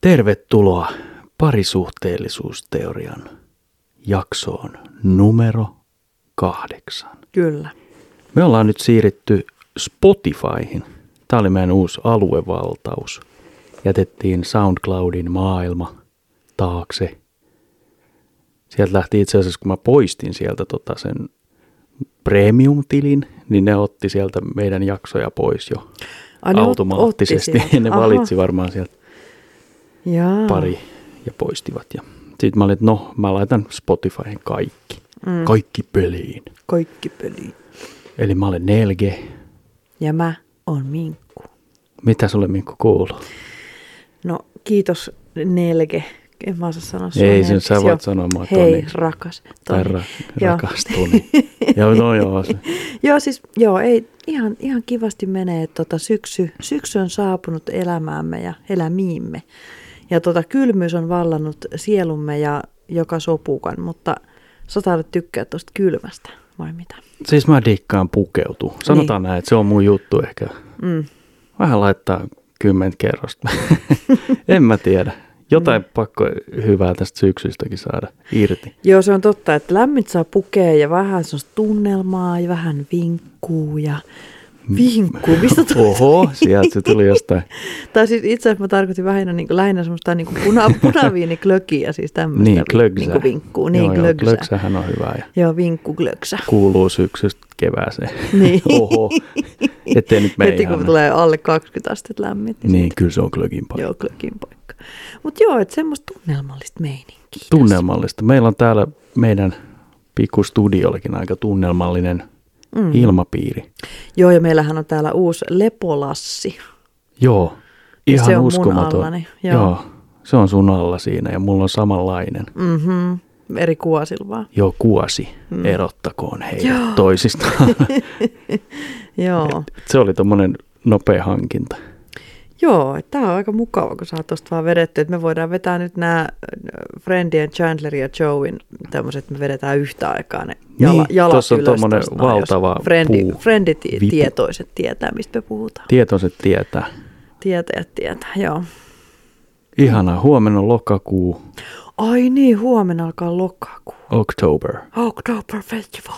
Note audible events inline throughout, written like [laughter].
Tervetuloa parisuhteellisuusteorian jaksoon numero kahdeksan. Kyllä. Me ollaan nyt siirrytty Spotifyhin. Tämä oli meidän uusi aluevaltaus. Jätettiin SoundCloudin maailma taakse. Sieltä lähti itse asiassa, kun mä poistin sieltä tota sen premium-tilin, niin ne otti sieltä meidän jaksoja pois jo Ai, ne ot- automaattisesti. [laughs] otti sieltä. ne Aha. valitsi varmaan sieltä Jaa. pari ja poistivat. Ja sitten mä olin, että no, mä laitan Spotifyhin kaikki. Mm. Kaikki peliin. Kaikki peli. Eli mä olen Nelge. Ja mä oon Minkku. Mitä sulle Mikko kuuluu? No kiitos Nelke. En mä osaa sanoa Ei, Nelke. sen sä Joo. voit sanoa mua Hei, Toni. rakas. Tai Toni. ra- [laughs] Joo. rakastuni. joo, no joo. Se. joo, siis joo, ei, ihan, ihan kivasti menee. että Tota, syksy, syksy on saapunut elämäämme ja elämiimme. Ja tota, kylmyys on vallannut sielumme ja joka sopukan, mutta sä taidat tykkää tuosta kylmästä, vai mitä? Siis mä dikkaan pukeutua. Sanotaan niin. näin, että se on mun juttu ehkä. Mm. Vähän laittaa kymmentä kerrosta. [laughs] en mä tiedä. Jotain mm. pakko hyvää tästä syksystäkin saada irti. Joo, se on totta, että lämmit saa pukea ja vähän semmoista tunnelmaa ja vähän vinkkuu ja vinkkuu. Mistä tuli? Mm. [laughs] Oho, sieltä se tuli jostain. Tai siis itse asiassa mä tarkoitin vähän niin kuin, lähinnä semmoista niin kuin puna, [laughs] punaviiniklökiä, siis tämmöistä Niin, niin klöksä. kuin vinkkuu. Niin, joo, joo, joo, klöksä. klöksähän on hyvä ja Joo, vinkkuklöksä. kuuluu syksystä kevääseen. Niin. [laughs] Oho, ettei nyt mene Heti ihan. kun tulee alle 20 astetta lämmin, niin, Niin, kyllä se on klökin paikka. sitten, joo, klökin paikka. Mutta joo, että semmoista tunnelmallista meininkiä. tunnelmallista. Meillä on täällä meidän pikkustudiollakin aika tunnelmallinen mm. ilmapiiri. Joo, ja meillähän on täällä uusi lepolassi. Joo, Ja ihan se on mun uskomaton. allani, joo. se on sun alla siinä ja mulla on samanlainen. Mm. Mhm, eri kuosilla vaan. Joo, kuosi mm. erottakoon heidät joo. toisistaan. [laughs] Joo. se oli tommonen nopea hankinta. Joo, tämä on aika mukava, kun saa tuosta vaan vedetty, että me voidaan vetää nyt nämä Friendien, Chandler ja Joein tämmöiset, me vedetään yhtä aikaan ne jala, Niin, jalat tossa on ylös tommonen tosta noin, jos valtava friendi, puu. Friendit Vipu. tietoiset tietää, mistä me puhutaan. Tietoiset tietää. Tietäjät tietää, joo. Ihanaa, huomenna on lokakuu, Ai niin, huomenna alkaa lokakuu. October Oktober Festival.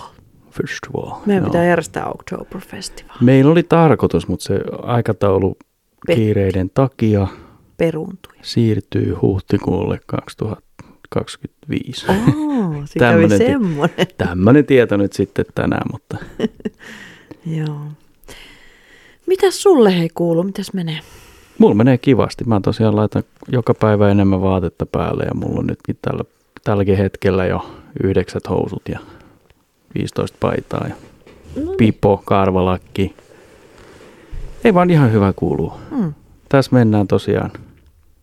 Festival. Meidän Joo. pitää järjestää Oktober Festival. Meillä oli tarkoitus, mutta se aikataulu Petti. kiireiden takia [laughs] Peruuntui. siirtyy huhtikuulle 2025. Oh, se kävi Tämmönen ti- semmoinen. Tämmöinen tieto nyt sitten tänään, mutta Joo. Mitäs sulle hei kuuluu? Mitäs menee? mulla menee kivasti. Mä tosiaan laitan joka päivä enemmän vaatetta päälle ja mulla on nytkin tällä, tälläkin hetkellä jo yhdeksät housut ja 15 paitaa ja No, pipo, karvalakki. Ei vaan ihan hyvä kuuluu. Mm. Tässä mennään tosiaan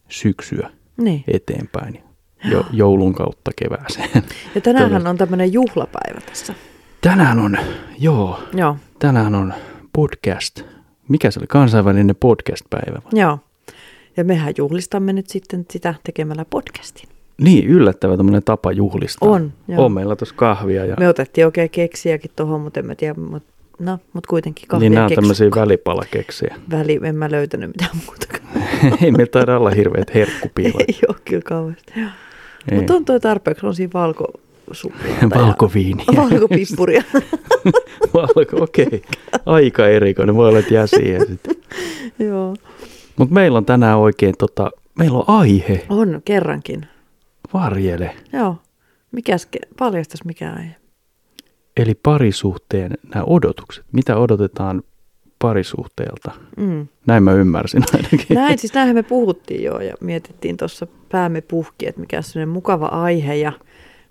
syksyä Niin. eteenpäin [gasps] jo, joulun kautta kevääseen. [laughs] Ja tänäänhän on tämmöinen juhlapäivä tässä. Tänään on, joo, Joo, tänään on podcast. Mikä se oli? Kansainvälinen podcast-päivä. vai? joo. Ja mehän juhlistamme nyt sitten sitä tekemällä podcastin. Niin, yllättävä tämmöinen tapa juhlistaa. On, joo. Ah, On meillä tuossa kahvia ja Me otettiin oikein keksiäkin tuohon, mutta en mä tiedä, mut, no, mutta kuitenkin kahvia niin nämä on keksu- tämmöisiä välipalakeksiä. Väli, en mä löytänyt mitään muutakaan. [laughs] [laughs] Ei me taida olla hirveät herkkupiilat. Ei ole kyllä kauheasti. Ei. Mutta on toi tarpeeksi, on siinä [laughs] valkosuklaata. Valkoviiniä. Ja valkopippuria. [laughs] [laughs] Valko, okei. Okay. Aika erikoinen, voi olla, että jää siihen sitten. joo. Mutta meillä on tänään oikein, tota, meillä on aihe, On, kerrankin. varjele. Joo. Mikäs, ke- paljastas mikä aihe. Eli parisuhteen nämä odotukset. Mitä odotetaan parisuhteelta? Mm. Näin mä ymmärsin ainakin. Näin, siis näinhän me puhuttiin jo ja mietittiin tuossa päämme puhki, että mikä on sellainen mukava aihe ja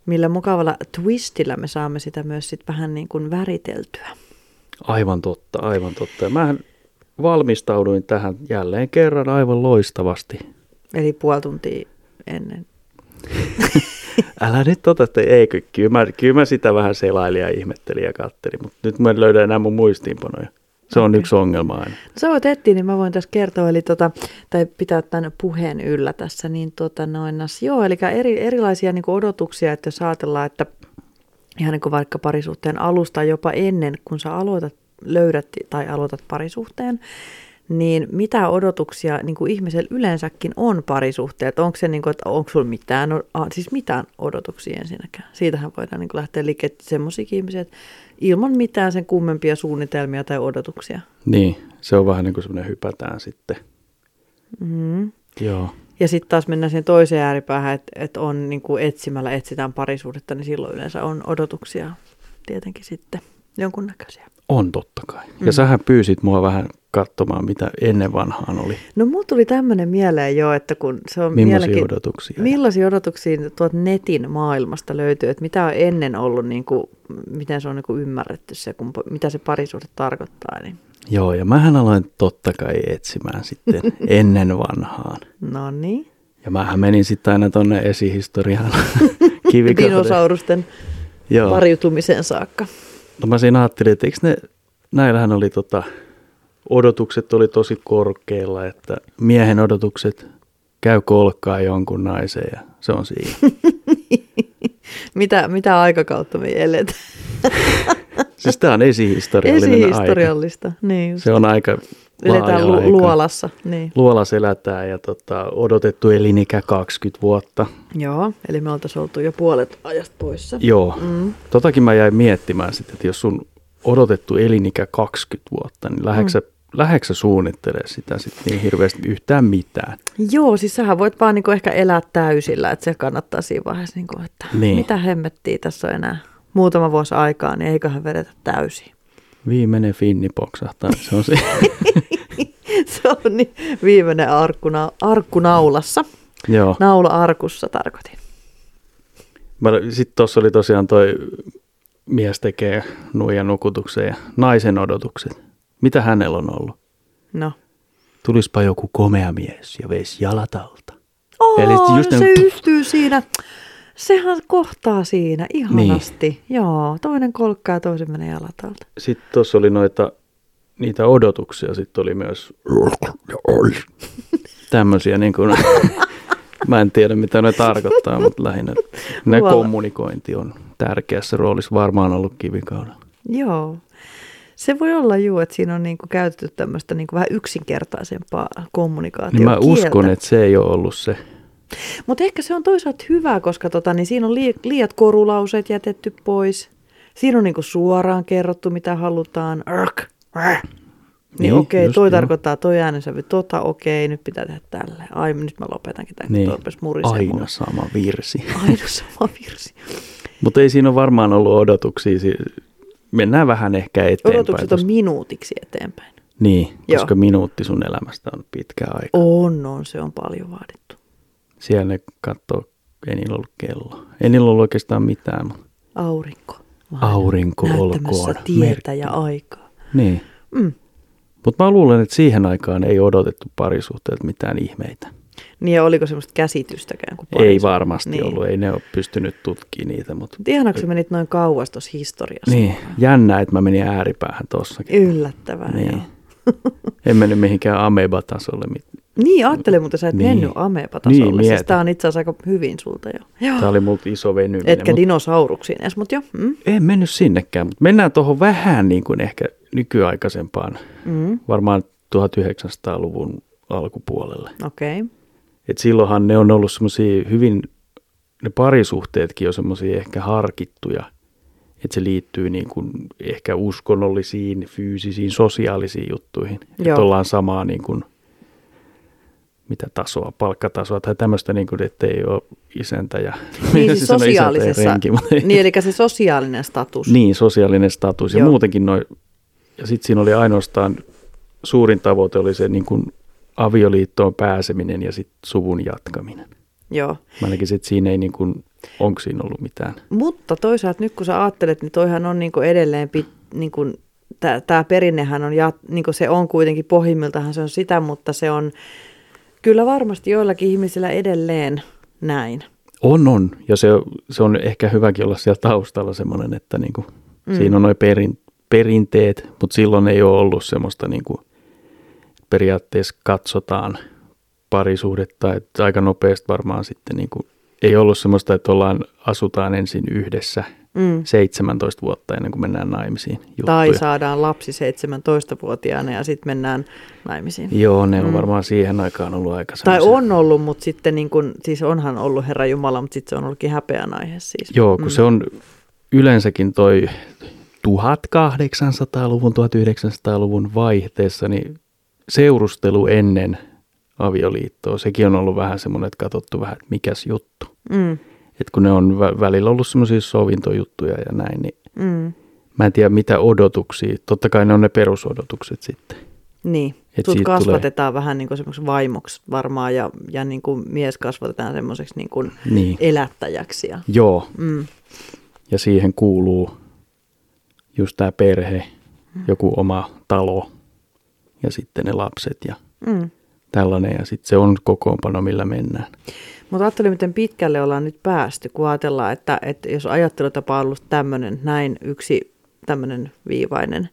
millä mukavalla twistillä me saamme sitä myös sit vähän niin kuin väriteltyä. Aivan totta, aivan totta. Ja mähän valmistauduin tähän jälleen kerran aivan loistavasti. Eli puoli tuntia ennen. Älä nyt ota, että ei, ky- kyllä mä, kyllä mä sitä vähän selailin ja ihmettelin ja kattelin, mutta nyt mä en löydä enää mun muistiinpanoja. Se on okay. yksi ongelma aina. Sä voit etsiä, niin mä voin tässä kertoa, eli tota, tai pitää tämän puheen yllä tässä, niin tota noin, nas- joo, eli eri, erilaisia niin kuin odotuksia, että jos ajatellaan, että ihan niin kuin vaikka parisuhteen alusta jopa ennen, kun sä aloitat, löydät tai aloitat parisuhteen, niin mitä odotuksia niin kuin ihmisellä yleensäkin on parisuhteet? Onko se, niin kuin, että onko sulla mitään, a, siis mitään odotuksia ensinnäkään? Siitähän voidaan niin kuin lähteä liikkeelle semmoisiakin ihmisiä, että ilman mitään sen kummempia suunnitelmia tai odotuksia. Niin, se on vähän niin kuin semmoinen hypätään sitten. Mm. Joo. Ja sitten taas mennään siihen toiseen ääripäähän, että, että on niin kuin etsimällä etsitään parisuudetta, niin silloin yleensä on odotuksia tietenkin sitten jonkunnäköisiä. On totta kai. Ja mm. sähän pyysit mua vähän katsomaan, mitä ennen vanhaan oli. No mulla tuli tämmöinen mieleen jo, että kun se on Millaisia mielenki- odotuksia? Millaisia odotuksia tuot netin maailmasta löytyy, että mitä on ennen ollut, niin kuin, miten se on niin kuin ymmärretty se, kun, mitä se parisuhde tarkoittaa. Niin. Joo, ja mähän aloin totta kai etsimään [laughs] sitten ennen vanhaan. No niin, Ja mähän menin sitten aina tonne [laughs] esihistoriaan kivikaudelle. dinosaurusten Joo. pariutumiseen saakka. No mä siinä ajattelin, että eikö ne, näillähän oli tota, odotukset oli tosi korkealla, että miehen odotukset käy kolkkaa jonkun naisen ja se on [laughs] siinä. Mitä, mitä aikakautta me eletään? Siis tämä on esihistoriallinen aika. Esihistoriallista, niin just. Se on aika laaja Eletään lu- aika. luolassa, niin. Luolas elätään ja tota, odotettu elinikä 20 vuotta. Joo, eli me oltaisiin oltu jo puolet ajasta poissa. Joo. Mm. Totakin mä jäin miettimään sitten, että jos sun odotettu elinikä 20 vuotta, niin lähdetkö mm. sä suunnittelemaan sitä sitten niin hirveästi yhtään mitään? Joo, siis sähän voit vaan niinku ehkä elää täysillä, että se kannattaa siinä vaiheessa, niinku, että Niin. niin. mitä hemmettiä tässä on enää muutama vuosi aikaa, niin eiköhän vedetä täysiin. Viimeinen finni poksahtaa, niin se on se. [laughs] se on niin, viimeinen arkkuna, arkkunaulassa, Joo. No. naula-arkussa tarkoitin. Sitten tuossa oli tosiaan toi mies tekee nuijan nukutuksen ja naisen odotukset. Mitä hänellä on ollut? No. Tulispa joku komea mies ja veisi jalat alta. Oo, Eli Eli just just ne- se yhtyy siinä. Sehän kohtaa siinä ihanasti. Niin. Joo, toinen kolkkaa ja toisen menee jalat alta. Sitten tuossa oli noita, niitä odotuksia, sitten oli myös tämmöisiä niin kuin, [laughs] mä en tiedä mitä ne tarkoittaa, mutta lähinnä ne Huola. kommunikointi on tärkeässä roolissa varmaan ollut kivikaudella. Joo. Se voi olla juu, että siinä on niinku käytetty tämmöistä niinku vähän yksinkertaisempaa Niin mä kommunikaatiokieltä. uskon, että se ei ole ollut se. Mutta ehkä se on toisaalta hyvä, koska tota, niin siinä on lii- liiat korulauseet jätetty pois. Siinä on niinku suoraan kerrottu, mitä halutaan. Ark, ark. Niin, Niin, niin okei, just okay, toi joo. tarkoittaa toi äänensävy, tota okei, nyt pitää tehdä tälle. Ai, nyt mä lopetankin tämän, Niin, kun toi murisee mulle. aina sama virsi. [laughs] Aina sama virsi. Mutta ei siinä ole varmaan ollut odotuksia. si- Mennään vähän ehkä eteenpäin. Odotukset tosta. on minuutiksi eteenpäin. Niin, Joo. koska minuutti sun elämästä on pitkä aika. On, on, se on paljon vaadittu. Siellä ne katsoo, ei niillä ollut kello. Ei niillä ollut oikeastaan mitään. Mutta. Aurinko. vaan Aurinko olkoon. Näyttämässä tietä ja aikaa. Niin. Mm. Mutta mä luulen, että siihen aikaan ei odotettu parisuhteelta mitään ihmeitä. Niin ja oliko semmoista käsitystäkään? Kuin Ei parisuhde? varmasti niin. Niin. ollut, ei ne ole pystynyt tutkimaan niitä. Mutta... Mut Ihanaa, kun sä menit noin kauas tuossa historiassa. Niin, jännä, että mä menin ääripäähän tossakin. Yllättävää. Niin. Niin. En mennyt mihinkään ameba-tasolle. mit- niin, ajattele, mutta sä et Niin. niin. mennyt amepatasolle. Niin, Niin, siis mieti. tää on itse asiassa aika hyvin sulta jo. Joo. Tämä oli multa iso venyminen. Etkä mut- dinosauruksiin edes, mutta jo. Mm. En mennyt sinnekään, mutta mennään tuohon vähän niin kuin ehkä nykyaikaisempaan, Mm. varmaan 1900-luvun alkupuolelle. [laughs] Okei. Okay. Et silloinhan ne on ollut semmoisia hyvin, ne parisuhteetkin on semmoisia ehkä harkittuja, että se liittyy niin kuin ehkä uskonnollisiin, fyysisiin, sosiaalisiin juttuihin. Joo. Että ollaan samaa niin kuin, mitä tasoa, palkkatasoa tai tämmöistä, niin kuin, että ei ole isäntä ja... Niin [laughs] siis Siis on isäntä ja sosiaalisessa. renki, mutta ei- niin, eli se sosiaalinen status. Niin, sosiaalinen status ja Joo. Joo. muutenkin noin. Ja sitten siinä oli ainoastaan, suurin tavoite oli se niin kuin avioliittoon pääseminen ja sitten suvun jatkaminen. Joo. Mä näkisin, että siinä ei niin kuin, onko siinä ollut mitään. Mutta toisaalta nyt kun sä ajattelet, niin toihan on niinku edelleen, pit, niinku, tämä perinnehän on, jat, niinku se on kuitenkin pohjimmiltahan se on sitä, mutta se on kyllä varmasti joillakin ihmisillä edelleen näin. On, on. Ja se, se on ehkä hyväkin olla siellä taustalla semmoinen, että niin kuin, mm. siinä on noin perin, perinteet, mutta silloin ei ole ollut semmoista niin kuin, periaatteessa katsotaan parisuhdetta, niinku, että aika nopeasti varmaan sitten niin kuin, ei ollut semmoista, että ollaan, asutaan ensin yhdessä Mm. 17 vuotta ennen kuin mennään naimisiin. Juttuja. Tai saadaan lapsi 17-vuotiaana ja sitten mennään naimisiin. Joo, ne on Mm. mm. varmaan siihen aikaan ollut aika Tai semmoisia- on ollut, mutta sitten niin kun, siis onhan ollut Herra Jumala, mutta sitten se on ollutkin häpeän aihe siis. Joo, kun Mm. mm. se on yleensäkin toi 1800-luvun, 1900-luvun vaihteessa, niin seurustelu ennen avioliittoa, sekin on ollut vähän semmoinen, että katsottu vähän, että mikäs juttu. Mm, Et kun ne on vä- välillä ollut semmoisia sovintojuttuja ja näin, niin mm. mä en tiedä mitä odotuksia. Totta kai ne on ne perusodotukset sitten. Niin, Et sut siitä kasvatetaan tulee... vähän niin kuin semmoiseksi vaimoksi varmaan ja, ja niin kuin mies kasvatetaan semmoiseksi niin kuin Niin. elättäjäksi. Ja, Joo, mm, ja siihen kuuluu just tämä perhe, joku oma talo ja sitten ne lapset ja mm. tällainen. Ja sitten se on kokoonpano, millä mennään. Mutta ajattelin, miten pitkälle ollaan nyt päästy, kun ajatellaan, että, että jos ajattelutapa on ollut tämmöinen näin yksi tämmöinen viivainen,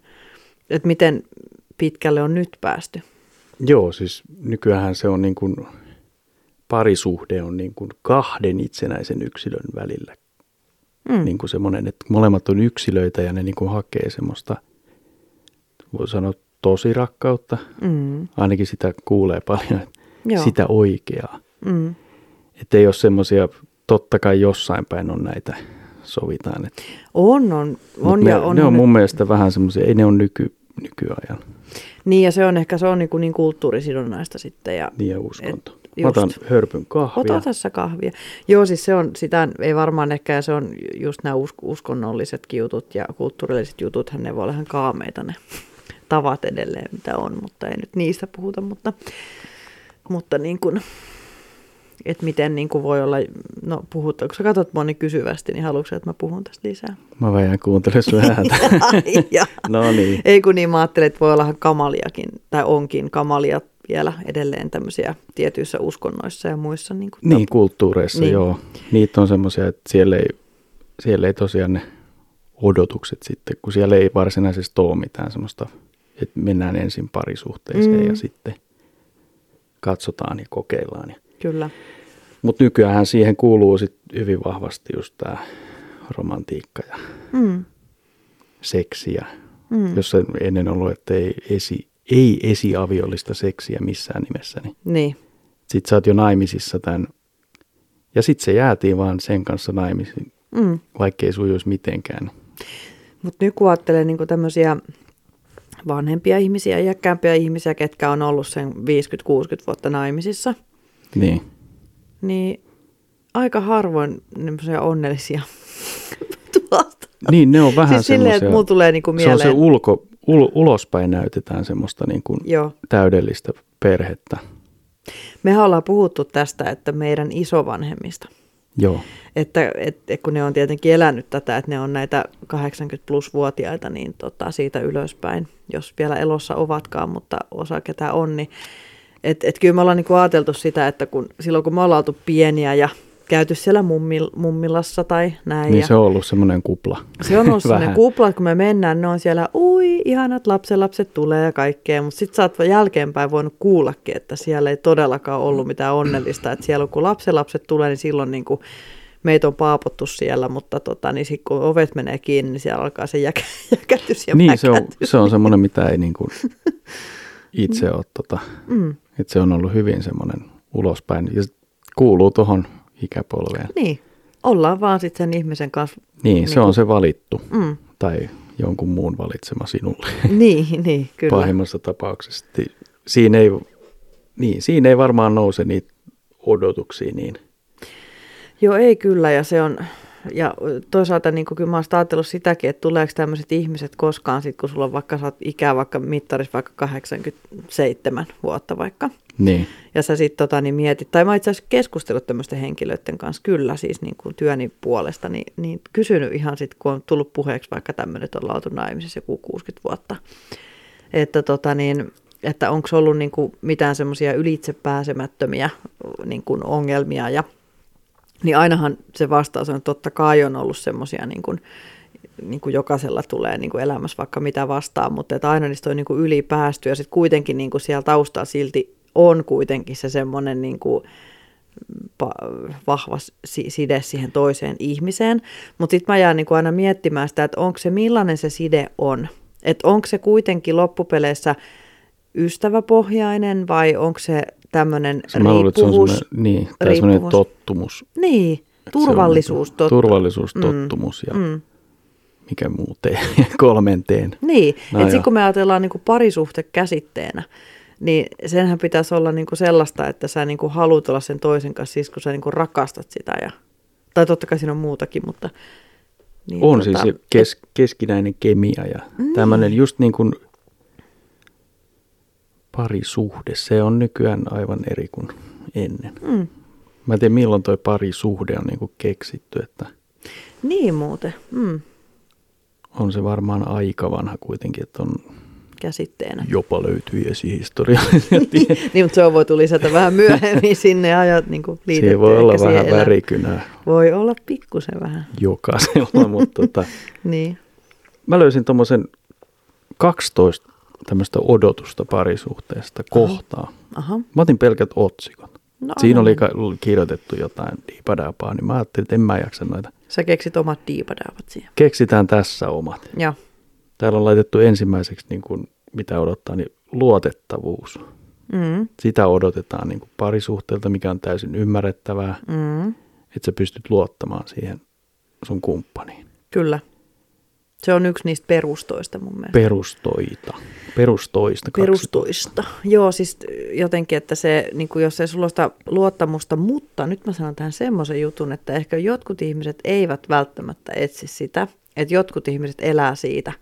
että miten pitkälle on nyt päästy. Joo, siis nykyään se on niin kuin, parisuhde on niin kuin kahden itsenäisen yksilön välillä. Mm. Mm. Niin kuin semmoinen, että molemmat on yksilöitä ja ne niin kuin hakee semmoista, voi sanoa tosi rakkautta. Mm, Ainakin sitä kuulee paljon, että joo. sitä oikeaa. Mm. Että ei ole semmoisia, totta kai jossain päin on näitä sovitaan. Että, On, on, on mut ne, ja on. ne on nyt- mun mielestä vähän semmoisia, ei ne ole nyky, nykyajan Niin ja se on ehkä se on niin, kuin niin kulttuurisidonnaista sitten. Ja, niin ja uskonto. Et Mä otan just. hörpyn kahvia. Ota tässä kahvia. Joo, siis se on, sitä ei varmaan ehkä, ja se on just nämä us- uskonnollisetkin jutut ja kulttuurilliset jututhan, ne voi olla ihan kaameita ne [laughs] tavat edelleen, mitä on, mutta ei nyt niistä puhuta, mutta, mutta niin kuin, että miten niin kuin voi olla, no puhutaan, kun sä katsot mua niin kysyvästi, niin haluatko sä, että mä puhun tästä lisää? [laughs] Mä vähän kuuntelen sun ääntä. [laughs] Ai jaa. no niin. Ei kun niin, mä ajattelin, että voi olla kamaliakin, tai onkin kamalia vielä edelleen tämmöisiä tietyissä uskonnoissa ja muissa. Niin, kuin Niin, kulttuureissa Niin. niin. joo. Niitä on semmoisia, että siellä ei, siellä ei tosiaan ne odotukset sitten, kun siellä ei varsinaisesti ole mitään semmoista, että mennään ensin parisuhteeseen Mm. mm. ja sitten katsotaan ja kokeillaan. Kyllä. Mutta nykyään siihen kuuluu sit hyvin vahvasti just tämä romantiikka ja Mm. seksi ja Mm. mm. jos en ennen ollut, että ei, esi, ei esiaviollista seksiä missään nimessä, niin Niin. sit sä oot jo naimisissa tämän. Ja sit se jäätiin vaan sen kanssa naimisiin, Mm. vaikkei sujuisi mitenkään. Mutta nyt kun ajattelee niin tämmöisiä vanhempia ihmisiä, iäkkäämpiä ihmisiä, ketkä on ollut sen 50-60 vuotta naimisissa, Niin. niin aika harvoin semmoisia onnellisia [laughs] tulosta. Niin, ne on vähän Siis silleen, että mulla semmoisia. tulee niinku Se mieleen. on se ulko, ul, ulospäin näytetään semmoista niin kuin Joo. täydellistä perhettä. Mehän ollaan puhuttu tästä, että meidän isovanhemmista. Joo. Että, et, et kun ne on tietenkin elänyt tätä, että ne on näitä 80 plus vuotiaita, niin tota, siitä ylöspäin, jos vielä elossa ovatkaan, mutta osa ketä on, niin et, et kyllä me ollaan niinku ajateltu sitä, että kun, silloin kun me ollaan oltu pieniä ja käyty siellä mummil, mummilassa tai näin. ja Niin se on ollut semmoinen kupla. se [laughs] on ollut sellainen Vähän. kupla, kun me mennään, ne on siellä, ui, ihanat lapsenlapset tulee ja kaikkea, mutta sitten sä oot jälkeenpäin voinut kuullakin, että siellä ei todellakaan ollut mitään onnellista, että siellä kun lapsenlapset tulee, niin silloin niin kuin meitä on paapottu siellä, mutta tota, niin sit kun ovet menee kiinni, niin siellä alkaa se jäkä, [laughs] jäkätys ja niin, se on, mäkätys. se on semmoinen, mitä ei niin [laughs] kuin itse ole. Tota, Mm. että se on ollut hyvin semmoinen ulospäin ja se kuuluu tuohon ikäpolveen. Niin, ollaan vaan sitten sen ihmisen kanssa. Niin, se Niin on se valittu. Mm. tai jonkun muun valitsema sinulle Niin, niin, kyllä. pahimmassa tapauksessa. Ti- Siinä ei, niin, siinä ei varmaan nouse niitä odotuksia niin. Joo, ei kyllä, ja se on, ja toisaalta niin kyllä mä oon sitä ajatellut sitäkin, että tuleeko tämmöiset ihmiset koskaan sit, kun sulla on vaikka, sä oot ikää vaikka mittarissa vaikka 87 vuotta vaikka, Niin, ja sä sitten tota, niin mietit, tai mä oon itse asiassa keskustellut tämmöisten henkilöiden kanssa kyllä siis niin kuin työni puolesta, niin, niin kysynyt ihan sitten, kun on tullut puheeksi vaikka tämmöinen, että ollaan oltu naimisissa joku 60 vuotta, että, tota, niin, että onko ollut niin kuin mitään semmoisia ylitsepääsemättömiä niin kuin ongelmia ja niin ainahan se vastaus on, että totta kai on ollut semmoisia niin kuin, niin kuin jokaisella tulee niin kuin elämässä vaikka mitä vastaan, mutta että aina niistä on niin kuin yli päästy ja sitten kuitenkin niin kuin siellä taustalla silti on kuitenkin se semmoinen niin kuin pa- vahva si- side siihen toiseen ihmiseen. Mutta sitten mä jään niinku aina miettimään sitä, että onko se millainen se side on. Että onko se kuitenkin loppupeleissä ystäväpohjainen vai onko se tämmöinen Se mä luulen, että se on riippuvuus? semmoinen, niin, tai semmoinen riippuvuus. tottumus. Että Niin, se on turvallisuus. niinku totta. Turvallisuustottumus ja Mm. mikä muuten, ja [laughs] kolmenteen. Niin, No no että joo. sitten kun me ajatellaan niin parisuhte käsitteenä, niin senhän pitäisi olla niin sellaista, että sä niin haluat olla sen toisen kanssa, siis kun sä niin rakastat sitä. Ja, tai totta kai siinä on muutakin, mutta... Niin, On siis se kes, keskinäinen kemia ja mm. tämmöinen just niin kuin parisuhde. Se on nykyään aivan eri kuin ennen. Mm, Mä en tiedä milloin toi parisuhde on niin kuin keksitty, että niin muuten, mm, on se varmaan aika vanha kuitenkin, että on käsitteenä. jopa löytyy [laughs] esihistoriallisia tietoja. [laughs] niin, mutta se voi tuli lisätä vähän [laughs] myöhemmin sinne ajat niin kuin Se voi olla vähän värikynää Voi olla pikkusen vähän, jokaisella, mutta tota, niin. mä löysin tuommoisen 12 tämmöistä odotusta parisuhteesta kohtaa. Aha. Mä otin pelkät otsikot. No, Siinä anna oli mennä. ka- kirjoitettu jotain diipadaapaa, niin mä ajattelin, että en mä jaksa noita. Sä keksit omat diipadaavat siihen. Keksitään tässä omat. Joo. Täällä on laitettu ensimmäiseksi, niin kuin, mitä odottaa, niin luotettavuus. Mm, Sitä odotetaan niin kuin parisuhteelta, mikä on täysin ymmärrettävää, mm. että sä pystyt luottamaan siihen sun kumppaniin. Kyllä. Se on yksi niistä perustoista mun mielestä. Perustoita. Perustoista. kaksi. Perustoista. Joo, siis jotenkin, että se, niin kuin jos ei sulla ole sitä luottamusta, mutta nyt mä sanon tähän semmoisen jutun, että ehkä jotkut ihmiset eivät välttämättä etsi sitä, että jotkut ihmiset elää siitä,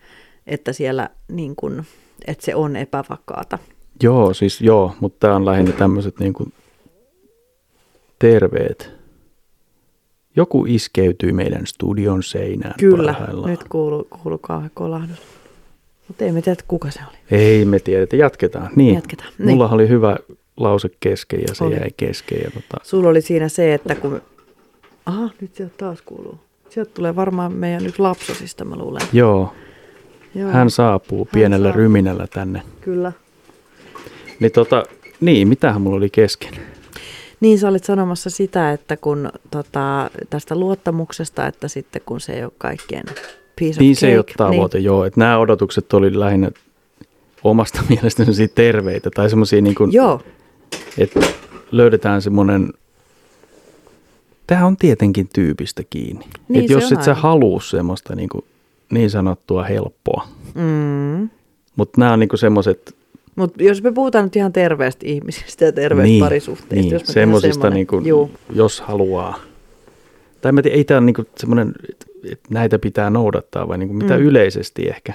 että siellä niin kuin, että se on epävakaata. Joo, siis joo, mutta tämä on lähinnä tämmöiset niin kuin terveet. Joku iskeytyy meidän studion seinään Kyllä, parhaillaan. nyt kuuluu, kuuluu kauhean kolahdus. Mutta ei me tiedä, kuka se oli. Ei me tiedetä, jatketaan. Niin. Jatketaan, niin. Mulla oli hyvä lause kesken ja se Oli. jäi kesken. Ja tota, Sulla oli siinä se, että kun... Aha, nyt sieltä taas kuuluu. Sieltä tulee varmaan meidän yksi lapsosista, mä luulen. joo, Joo, hän saapuu pienellä saapuu. ryminällä tänne. kyllä. Niin, tota, niin, mitähän mulla oli kesken? Niin sä olit sanomassa sitä, että kun tota, tästä luottamuksesta, että sitten kun se ei ole kaikkien piece Niin of se ei ole cake, tavoite, niin. joo. Että nämä odotukset oli lähinnä omasta [laughs] mielestäni semmoisia terveitä tai semmoisia niin kuin, Niin, joo, että löydetään semmoinen, tämä on tietenkin tyypistä kiinni. Niin, että se jos on et sä aina. halua semmoista niin, kuin, niin sanottua helppoa, mm. mutta nämä on niin semmoiset mutta jos me puhutaan nyt ihan terveistä ihmisistä ja terveistä niin, parisuhteista, niin, jos me tehdään semmoisista, semmoinen- niin kuin, Juu, jos haluaa. Tai mä tiedän, ei tämä ole niin semmoinen, että et näitä pitää noudattaa, vai niin kuin, mitä Mm. yleisesti ehkä.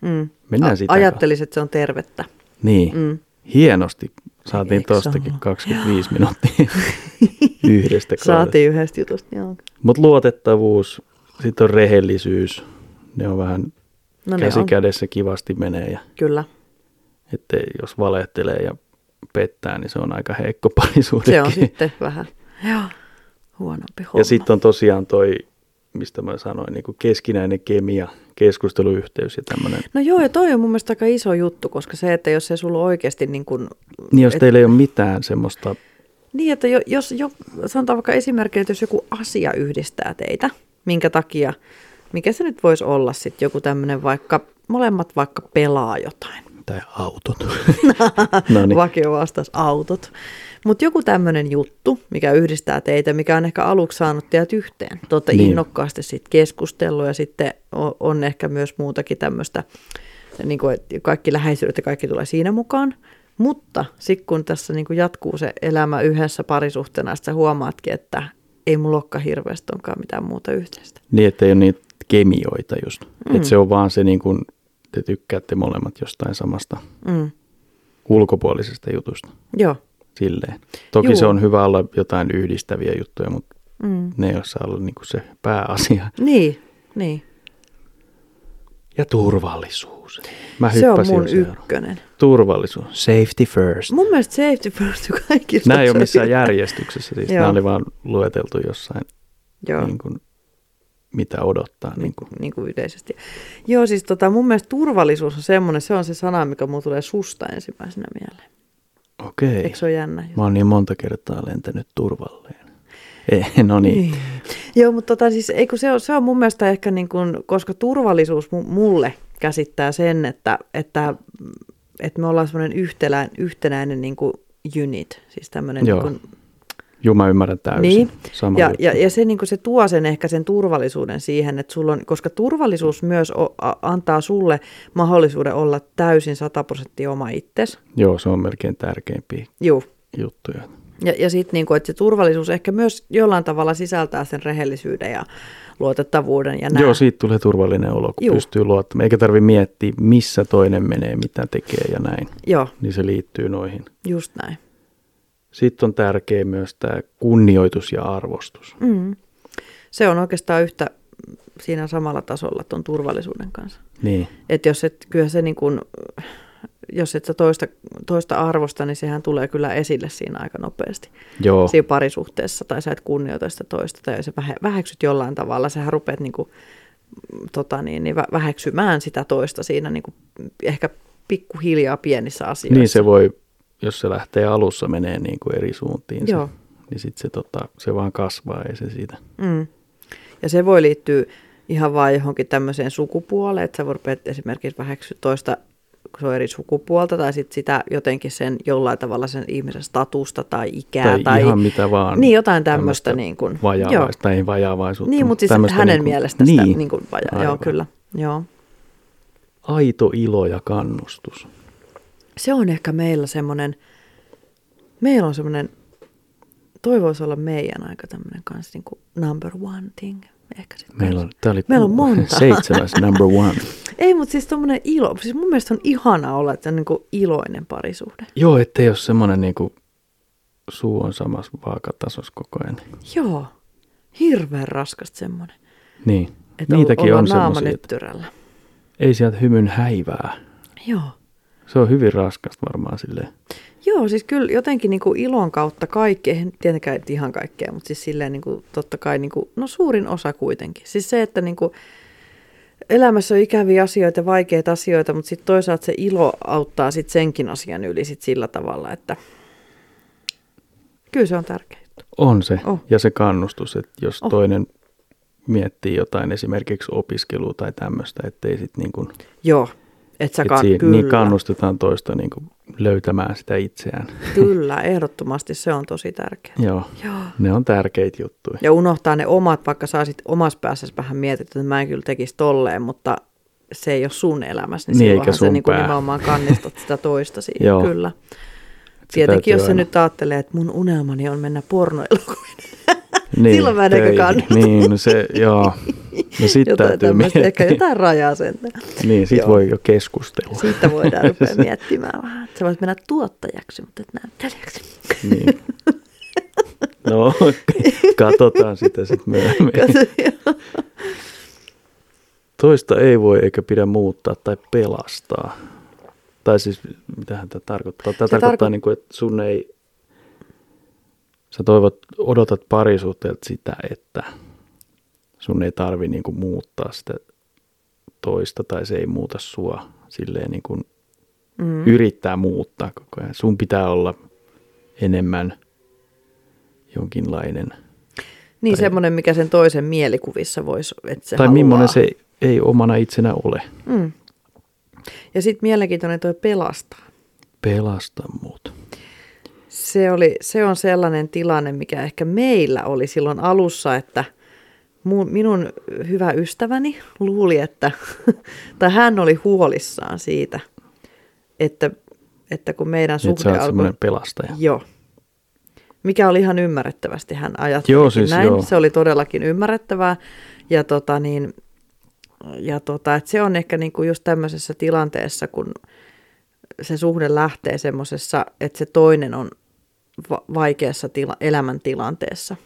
mm. Mennään A- sitä Ajattelisit, että se on tervettä. kautta. Niin, mm. Mm. hienosti saatiin Eikö se tostakin ollut? 25 minuuttia [laughs] yhdestä kohdasta. Saatiin yhdestä jutusta, niin joo. Mutta luotettavuus, sitten on rehellisyys, ne on vähän No no ne käsi on, kädessä kivasti menee. Ja, kyllä. että jos valehtelee ja pettää, niin se on aika heikko [laughs] parisuhdekin. Se on siis sitten vähän joo, huonompi homma. Ja sitten on tosiaan toi, mistä mä sanoin, niin kuin keskinäinen kemia, keskusteluyhteys ja tämmöinen. No joo, ja toi on mun mielestä aika iso juttu, koska se, että jos ei sulla ole oikeasti niin kuin... Niin jos teillä ei ole mitään semmoista, Niin, että jo, jos, jo, sanotaan vaikka esimerkki, että jos joku asia yhdistää teitä, minkä takia, mikä se nyt voisi olla sitten joku tämmöinen vaikka, molemmat vaikka pelaa jotain. tai [laughs] autot. no niin, Vakio vastaus, autot. Mutta joku tämmöinen juttu, mikä yhdistää teitä, mikä on ehkä aluksi saanut teidät yhteen. Te olette Niin. niin. innokkaasti sitten keskustellut ja sitten o- on ehkä myös muutakin tämmöistä, niin kuin, että kaikki läheisyydet ja kaikki tulee siinä mukaan. Mutta sitten kun tässä niin kuin jatkuu se elämä yhdessä parisuhteena, sitten sä huomaatkin, että ei mulla olekaan hirveästi onkaan mitään muuta yhteistä. niin ettei ole niitä kemioita just. Mm. Että se on vaan se niin kuin, te tykkäätte molemmat jostain samasta Mm. ulkopuolisesta jutusta. Joo. Silleen. Toki Juu. se on hyvä olla jotain yhdistäviä juttuja, mutta Mm. ne ei ole saa olla niin kuin se pääasia. Niin, niin. Ja turvallisuus. Mä Se on hyppäsin mun jo seuraavaan. ykkönen. Turvallisuus. Safety first. Mun mielestä safety [laughs] first on kaikilla. Nämä ei ole missään sovittu. järjestyksessä, siis Joo. nämä oli vaan lueteltu jossain, Joo. niin kuin, mitä odottaa. Niin kuin. niin kuin yleisesti. Joo, siis tota, mun mielestä turvallisuus on semmoinen, se on se sana, mikä mulla tulee susta ensimmäisenä mieleen. Okei. Eikö se ole jännä? Mä oon niin monta kertaa lentänyt turvalleen. Ei, no niin. Joo, mutta tota, siis, ei kun se, on, se on mun mielestä ehkä, niin kuin, koska turvallisuus mu- mulle käsittää sen, että, että, että me ollaan semmoinen yhtenäinen, yhtenäinen niin kuin unit, siis tämmöinen niin Joo. kuin Joo, mä ymmärrän täysin. Niin. Sama Ja, juttu. ja, ja se, niin se tuo sen ehkä sen turvallisuuden siihen, että sulla on, koska turvallisuus myös o, a, antaa sulle mahdollisuuden olla täysin 100 prosenttia oma itses. Joo, se on melkein tärkeimpiä Juu. juttuja. Ja, ja sitten, niin että se turvallisuus ehkä myös jollain tavalla sisältää sen rehellisyyden ja luotettavuuden ja näin. Joo, siitä tulee turvallinen olo, kun Juu. pystyy luottamaan. Eikä tarvi miettiä, missä toinen menee, mitä tekee ja näin. Joo, Niin se liittyy noihin. just näin. Sitten on tärkeä myös tämä kunnioitus ja arvostus. Mm. Se on oikeastaan yhtä siinä samalla tasolla tuon turvallisuuden kanssa. Niin, Että jos et, kyllä se niin kuin, jos et sä toista, toista arvosta, niin sehän tulee kyllä esille siinä aika nopeasti. joo. Oh. Siinä parisuhteessa, tai sä et kunnioita sitä toista, tai sä vähe, väheksyt jollain tavalla, sähän rupeat niin kuin, tota niin, niin vä- väheksymään sitä toista siinä niin kuin, ehkä pikkuhiljaa pienissä asioissa. Niin se voi, jos se lähtee alussa menee niin kuin eri suuntiin, se, Joo. niin sitten se, tota, se vaan kasvaa, ei se siitä. Mm. Ja se voi liittyä ihan vaan johonkin tämmöiseen sukupuoleen, että sä voi rupeat esimerkiksi väheksyä toista, kun se on eri sukupuolta, tai sitten sitä jotenkin sen jollain tavalla sen ihmisen statusta tai ikää. Tai, tai ihan mitä vaan. Niin, jotain tämmöistä. Niin kuin, joo. Vajaavaista, ei vajaavaisuutta. Niin, mutta siis tämmöistä hänen niinku- mielestä sitä niin. niin kuin, vaja, Aivan. joo, kyllä. Joo. Aito ilo ja kannustus. Se on ehkä meillä semmoinen, meillä on semmoinen, toivoisi olla meidän aika tämmöinen kanssa niin kuin number one thing. Ehkä sit Meillä on, tää oli Meillä on ku- monta. [laughs] Seitsemäs number one. Ei, mutta siis tuommoinen ilo. Siis mun mielestä on ihana olla, että on niin kuin iloinen parisuhde. Joo, ettei ole semmoinen niin kuin, suu on samassa vaakatasossa koko ajan. Joo. Hirveän raskasta semmoinen. Niin, Että niitäkin olla on naama semmoisia, että nyttyrällä. ei sieltä hymyn häivää. Joo. Se on hyvin raskasta varmaan silleen. Joo, siis kyllä jotenkin niin kuin ilon kautta kaikki, eihän nyt tietenkään nyt ihan kaikkea, mutta siis silleen niin kuin, totta kai, niin kuin, no suurin osa kuitenkin. Siis se, että niin kuin, elämässä on ikäviä asioita ja vaikeita asioita, mutta sitten toisaalta se ilo auttaa sit senkin asian yli sit sillä tavalla, että kyllä se on tärkeä juttu. On se. Oh. Ja se kannustus, että jos Oh. oh. toinen miettii jotain esimerkiksi opiskelua tai tämmöistä, ettei sit niin kuin, Joo, et sä et kan, siihen, kyllä, niin kannustetaan toista niin kuin löytämään sitä itseään. [laughs] kyllä, ehdottomasti se on tosi tärkeää. Joo, Joo. ne on tärkeitä juttuja. Ja unohtaa ne omat, vaikka sä sit omassa päässä vähän mietit, että mä en kyllä tekisi tolleen, mutta se ei ole sun elämässä, niin, Niin, niin eikä silloinhan sä sun niinku pää. nimenomaan kannistat sitä toista siihen, [laughs] Joo. kyllä. Tietenkin, jos se aina- nyt ajattelee, että mun unelmani on mennä pornoelokuviin, Niin, silloin mä en ehkä töihin. kannusta. Niin, no se, joo. No sit [laughs] jotain täytyy tämmöistä, miettiä. ehkä jotain rajaa sen. Niin, sit Joo. joo. voi jo keskustella. Siitä voidaan [laughs] rupea miettimään vähän. Sä voit mennä tuottajaksi, mutta et näyttelijäksi. Niin. No, katsotaan sitä sitten myöhemmin. Toista ei voi eikä pidä muuttaa tai pelastaa. Tai siis, mitähän tämä tarkoittaa? Tämä Se tarkoittaa, tarko- niin kuin, että sun ei, sä toivot, odotat parisuhteelta sitä, että sun ei tarvi niin kuin muuttaa sitä toista tai se ei muuta sua silleen niin kuin Mm. yrittää muuttaa koko ajan. Sun pitää olla enemmän jonkinlainen. Niin Tai- semmoinen, mikä sen toisen mielikuvissa voisi, että se tai haluaa. millainen se ei omana itsenä ole. Mm. Ja sitten mielenkiintoinen toi pelastaa. Pelasta muut. Se, oli, se on sellainen tilanne, mikä ehkä meillä oli silloin alussa, että mu- minun hyvä ystäväni luuli, että, [laughs] tai hän oli huolissaan siitä, että, että kun meidän Nyt suhde sä oot alkoi... semmoinen pelastaja. Joo. Mikä oli ihan ymmärrettävästi hän ajatteli Joo, siis näin. joo. Se oli todellakin ymmärrettävää. Ja tota niin, ja tota, et se on ehkä niinku just tämmöisessä tilanteessa, kun se suhde lähtee semmoisessa, että se toinen on va- vaikeassa tila- elämäntilanteessa.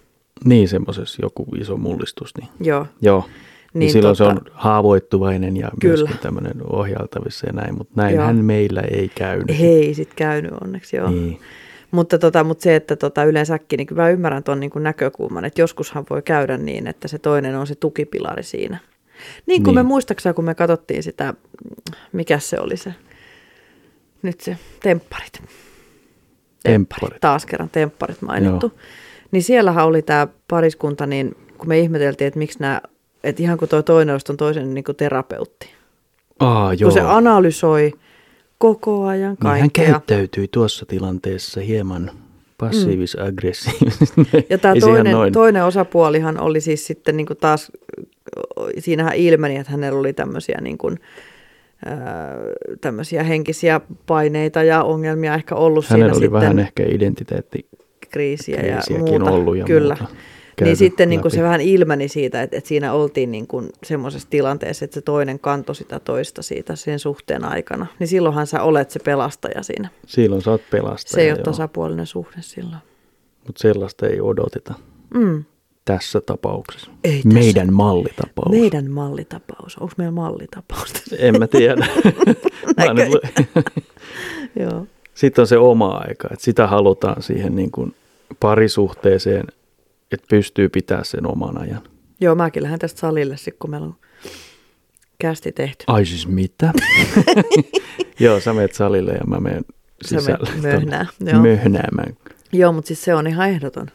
Niin semmoisessa joku iso mullistus. Niin. Joo, Joo. Niin, Niin niin silloin tota- se on haavoittuvainen ja Kyllä. myöskin tämmöinen ohjailtavissa ja näin, mutta näinhän Joo. meillä ei käynyt. ei sit käynyt onneksi joo. Niin. Mutta, tota, mutta se, että tota, yleensäkin, niin kyllä mä ymmärrän tuon niin näkökulman, että joskushan voi käydä niin, että se toinen on se tukipilari siinä. Niin kuin niin. Niin. me muistaakseni, kun me katsottiin sitä, mikä se oli se, nyt se, tempparit. Tempparit. Taas kerran tempparit mainittu. Joo. Niin siellähän oli tämä pariskunta, niin kun me ihmeteltiin, että miksi nämä, että ihan kuin tuo toinen olisi ton toisen niin kuin terapeutti. Aa, Joo. joo. Kun se analysoi koko ajan niin hän kaikkea. Mm. käyttäytyi tuossa tilanteessa hieman passiivis-aggressiivisesti. Ja [laughs] tämä Ei se ihan toinen, noin. toinen osapuolihan oli siis sitten niin kuin taas, siinähän ilmeni, että hänellä oli tämmöisiä, niin kuin, äh, tämmöisiä henkisiä paineita ja ongelmia ehkä ollut Hänellä siinä oli sitten vähän ehkä identiteetti kriisiä ja kriisiäkin muuta. ollut ja kyllä. muuta. Niin käyty sitten niin kuin läpi. se vähän ilmeni siitä, että, että siinä oltiin niin kuin semmoisessa tilanteessa, että se toinen kantoi sitä toista siitä sen suhteen aikana. Niin silloinhan sä olet se pelastaja siinä. Silloin sä oot pelastaja, Se ei ole tasapuolinen suhde silloin. mutta sellaista ei odoteta Mm. tässä tapauksessa. Ei tässä. Meidän mallitapaus. Meidän mallitapaus. Onko meillä mallitapausta? En mä tiedä. Mä nyt [laughs] lu- [laughs] Joo. Sitten on se oma aika, että sitä halutaan siihen niin kuin parisuhteeseen, että pystyy pitää sen oman ajan. Joo, mäkin lähden tästä salille sitten, kun meillä on kästi tehty. Ai siis mitä? [laughs] Joo, sä menet salille ja mä menen Sä menet sisälle. tonne möhnää, joo. Möhnäämään. Joo, mutta siis se on ihan ehdoton.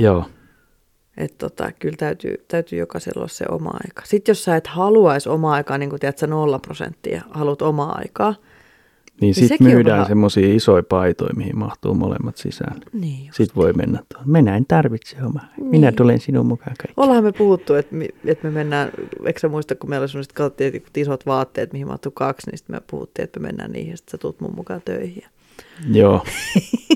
Joo. niin Että tota, kyllä täytyy, täytyy jokaisella olla se oma aika. Sitten jos sä et haluaisi omaa aikaa, niin kuin tiedät sä nolla prosenttia, haluat omaa aikaa. Niin sekin sitten on myydään vähän- semmoisia isoja paitoja, mihin mahtuu molemmat sisään. Niin just. Niin. Sitten voi mennä tuohon. Minä en tarvitse omaa. Minä tulen sinun mukaan kaikki. Ollaan me puhuttu, että me, että me mennään, eikö sä muista, kun meillä oli sellaiset, katsottiin jotkut isot vaatteet, mihin mahtuu kaksi, niin sitten me puhuttiin, että me mennään niihin, ja sitten sä tuut mun mukaan töihin. [laughs] Joo.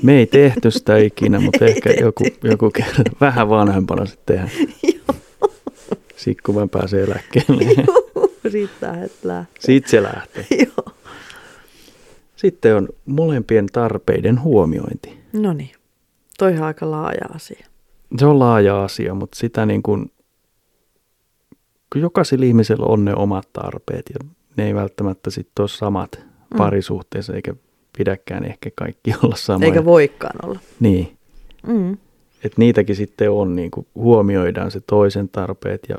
Me ei tehty sitä [laughs] ikinä, mutta ehkä joku, joku kerta vähän vanhempana sitten [laughs] tehdään. Sitten kun mä pääsen [laughs] eläkkeelle. Riittää, että lähtee. Sitten se lähtee. Joo. Sitten on molempien tarpeiden huomiointi. No niin, toihan aika laaja asia. Se on laaja asia, mutta sitä niin kuin, kun jokaisella ihmisellä on ne omat tarpeet ja ne ei välttämättä sitten ole samat Mm. parisuhteessa eikä pidäkään ehkä kaikki olla samoja. Eikä voikaan olla. Niin. Mm. Et niitäkin sitten on, niin kuin huomioidaan se toisen tarpeet ja